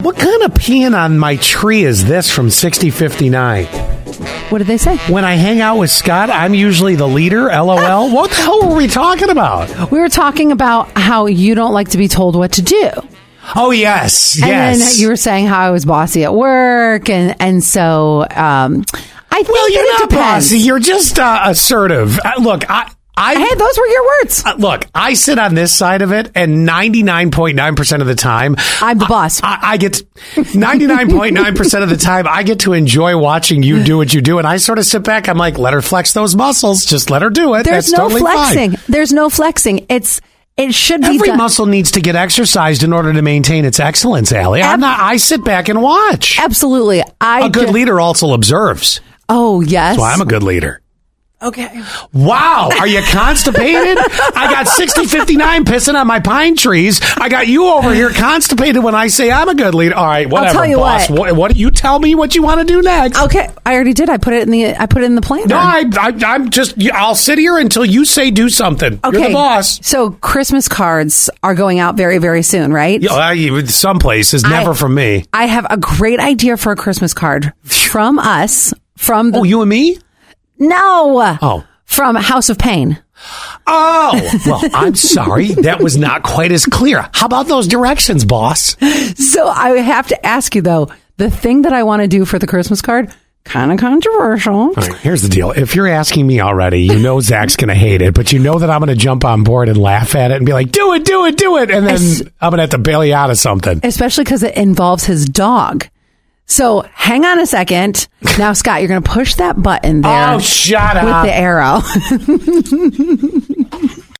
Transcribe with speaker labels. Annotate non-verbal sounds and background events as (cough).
Speaker 1: What kind of peeing on my tree is this from 6059?
Speaker 2: What did they say?
Speaker 1: When I hang out with Scott, I'm usually the leader,
Speaker 2: (laughs)
Speaker 1: lol. what the hell were we talking about?
Speaker 2: We were talking about how you don't like to be told what to do.
Speaker 1: Oh, yes,
Speaker 2: And
Speaker 1: yes.
Speaker 2: then you were saying how I was bossy at work, and and so um, I think
Speaker 1: well, you're
Speaker 2: that it
Speaker 1: not
Speaker 2: depends.
Speaker 1: bossy. You're just uh, assertive. Uh, look, I. I,
Speaker 2: Hey, those were your words.
Speaker 1: Uh, look, I sit on this side of it, and 99.9% of the time,
Speaker 2: I'm the boss.
Speaker 1: I, I get 99.9% of the time, I get to enjoy watching you do what you do. And I sort of sit back. I'm like, let her flex those muscles. Just let her do it.
Speaker 2: There's
Speaker 1: That's
Speaker 2: no
Speaker 1: totally
Speaker 2: flexing.
Speaker 1: Fine.
Speaker 2: There's no flexing. It's it should be
Speaker 1: Every
Speaker 2: done.
Speaker 1: muscle needs to get exercised in order to maintain its excellence, Allie. I'm
Speaker 2: Ab-
Speaker 1: not, I sit back and watch.
Speaker 2: Absolutely. I
Speaker 1: A good
Speaker 2: ju-
Speaker 1: leader also observes.
Speaker 2: Oh yes.
Speaker 1: Well, I'm a good leader.
Speaker 2: okay.
Speaker 1: Wow, are you constipated? I got 6059 pissing on my pine trees. I got you over here constipated when I say I'm a good leader. All right, whatever,
Speaker 2: tell you
Speaker 1: boss.
Speaker 2: what.
Speaker 1: What, what you tell me what you want to do next?
Speaker 2: Okay. I already did. I put it in the I put it in the planner.
Speaker 1: no, I, I, I'm just. I'll sit here until you say do something. You're the boss.
Speaker 2: So Christmas cards are going out very, very soon, right?
Speaker 1: Yeah, I, some places, never
Speaker 2: I-
Speaker 1: from me.
Speaker 2: I have a great idea for a Christmas card from us, from the
Speaker 1: Oh, you and me?
Speaker 2: no,
Speaker 1: Oh.
Speaker 2: from House of Pain.
Speaker 1: Oh, well, I'm sorry. That was not quite as clear. How about those directions, boss?
Speaker 2: So I have to ask you though, the thing that I want to do for the Christmas card, kind of controversial.
Speaker 1: All right, here's the deal. If you're asking me already, you know Zach's going to hate it, but you know that I'm going to jump on board and laugh at it and be like, do it, do it, do it. And then
Speaker 2: s-
Speaker 1: I'm going to have to bail you out of something.
Speaker 2: especially because it involves his dog. So hang on a second. Now, Scott, you're going to push that button there
Speaker 1: Oh, shut
Speaker 2: with
Speaker 1: up.
Speaker 2: the arrow.